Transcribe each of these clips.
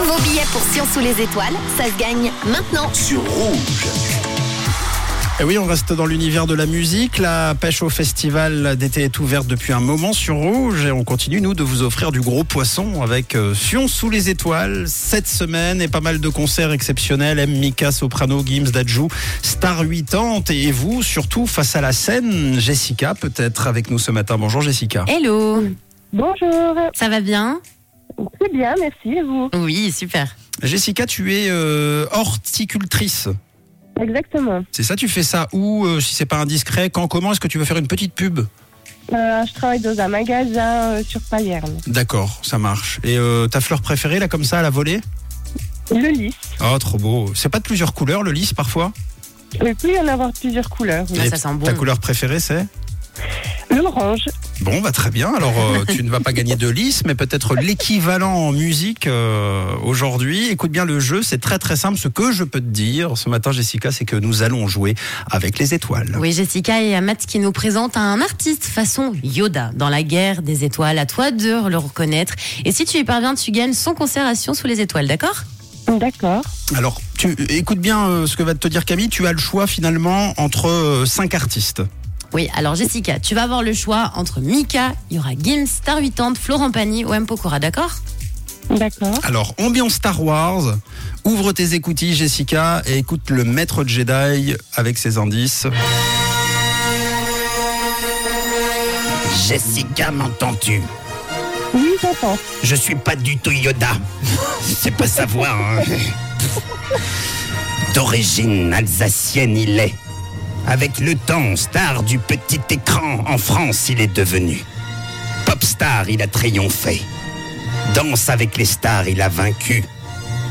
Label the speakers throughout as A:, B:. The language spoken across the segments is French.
A: Vos billets pour Science sous les étoiles, ça se gagne maintenant.
B: sur Rouge.
C: Et oui, on reste dans l'univers de la musique. La pêche au festival d'été est ouverte depuis un moment sur Rouge et on continue, nous, de vous offrir du gros poisson avec euh, Fion sous les étoiles cette semaine et pas mal de concerts exceptionnels. M. Mika, Soprano, Gims, Dajou, Star 80 et vous, surtout face à la scène. Jessica, peut-être avec nous ce matin. Bonjour Jessica.
D: Hello,
E: Bonjour,
D: ça va bien
E: c'est bien, merci, et vous
D: Oui, super.
C: Jessica, tu es euh, horticultrice.
E: Exactement.
C: C'est ça, tu fais ça où, euh, si c'est pas indiscret, quand, comment est-ce que tu veux faire une petite pub
E: Euh, je travaille dans un magasin euh, sur Payerne.
C: D'accord, ça marche. Et euh, ta fleur préférée, là, comme ça, à la volée
E: Le lys,
C: Oh, trop beau. C'est pas de plusieurs couleurs, le lys, parfois
E: il peut y en avoir plusieurs couleurs.
D: Ah,
C: Et
D: ça sent bon.
C: Ta couleur préférée, c'est
E: L'orange,
C: Bon, bah très bien. Alors, euh, tu ne vas pas gagner de lys, mais peut-être l'équivalent en musique euh, aujourd'hui. Écoute bien le jeu, c'est très très simple. Ce que je peux te dire ce matin, Jessica, c'est que nous allons jouer avec les étoiles.
D: Oui, Jessica et Amat qui nous présentent un artiste façon Yoda dans la guerre des étoiles. À toi de le reconnaître. Et si tu y parviens, tu gagnes son concert à Sion sous les étoiles, d'accord
E: d'accord.
C: Alors, tu écoute bien euh, ce que va te dire Camille. Tu as le choix finalement entre euh, cinq artistes.
D: Oui, alors Jessica, tu vas avoir le choix entre Mika, il y aura Gims, Star 80, Florent Pagny ou M. Pokora, d'accord
E: D'accord.
C: Alors, ambiance Star Wars. Ouvre tes écoutilles, Jessica, et écoute le maître Jedi avec ses indices.
B: Jessica, m'entends-tu
E: Oui, j'entends.
B: Je suis pas du tout Yoda. C'est pas savoir. hein. D'origine alsacienne, il est. Avec le temps, star du petit écran en France, il est devenu. Popstar, il a triomphé. Danse avec les stars, il a vaincu.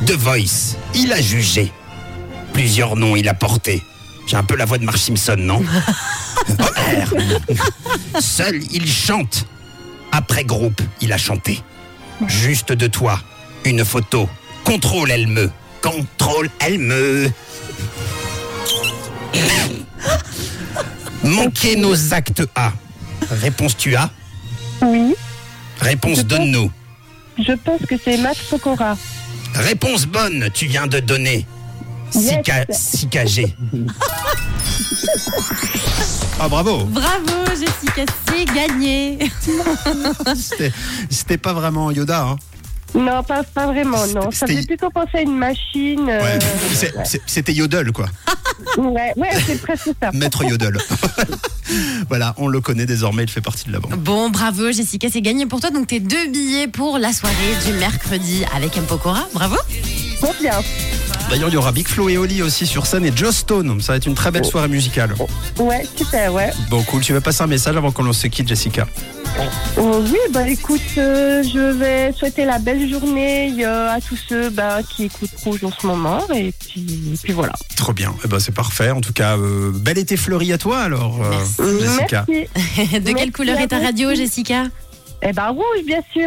B: The Voice, il a jugé. Plusieurs noms, il a porté. J'ai un peu la voix de Marge Simpson, non Homer Seul, il chante. Après groupe, il a chanté. Juste de toi, une photo. Contrôle, elle me. Contrôle, elle me. Manquez nos actes A. Réponse tu as
E: Oui,
B: Réponse donne-nous.
E: je pense que c'est Matt Pokora.
B: Réponse bonne, tu viens de donner. Sika-
E: Yes.
B: 6KG.
C: Ah, bravo!
D: Bravo Jessica, c'est gagné
C: C'était- C'était pas vraiment Yoda. Hein.
E: Non, pas, pas vraiment, non. Ça
C: C'était-
E: fait plutôt penser à une machine. euh,
C: Ouais. C'est- c'est- C'était Yodel, quoi.
E: ouais, ouais, c'est presque ça.
C: Maître Yodel. voilà, on le connaît désormais, il fait partie de la bande.
D: Bon, bravo Jessica, c'est gagné pour toi. Donc tes deux billets pour la soirée du mercredi avec M. Pokora. Bravo
E: Bon, bien.
C: D'ailleurs, il y aura Big Flo et Oli aussi sur scène et Joe Stone. Ça va être une très
E: Oh.
C: belle soirée musicale.
E: Ouais, super, ouais.
C: Bon, cool. Tu veux passer un message avant qu'on se quitte, Jessica
E: Oh, oui, bah écoute, euh, je vais souhaiter la belle journée euh, à tous ceux bah, qui écoutent Rouge en ce moment. Et puis, et puis voilà.
C: Trop bien. Eh ben, c'est parfait. En tout cas, euh, bel été fleuri à toi, alors, euh, Jessica.
E: Merci.
D: De quelle
E: Merci
D: couleur
E: à
D: est ta
E: vous.
D: radio, Jessica
E: Eh ben rouge, bien sûr.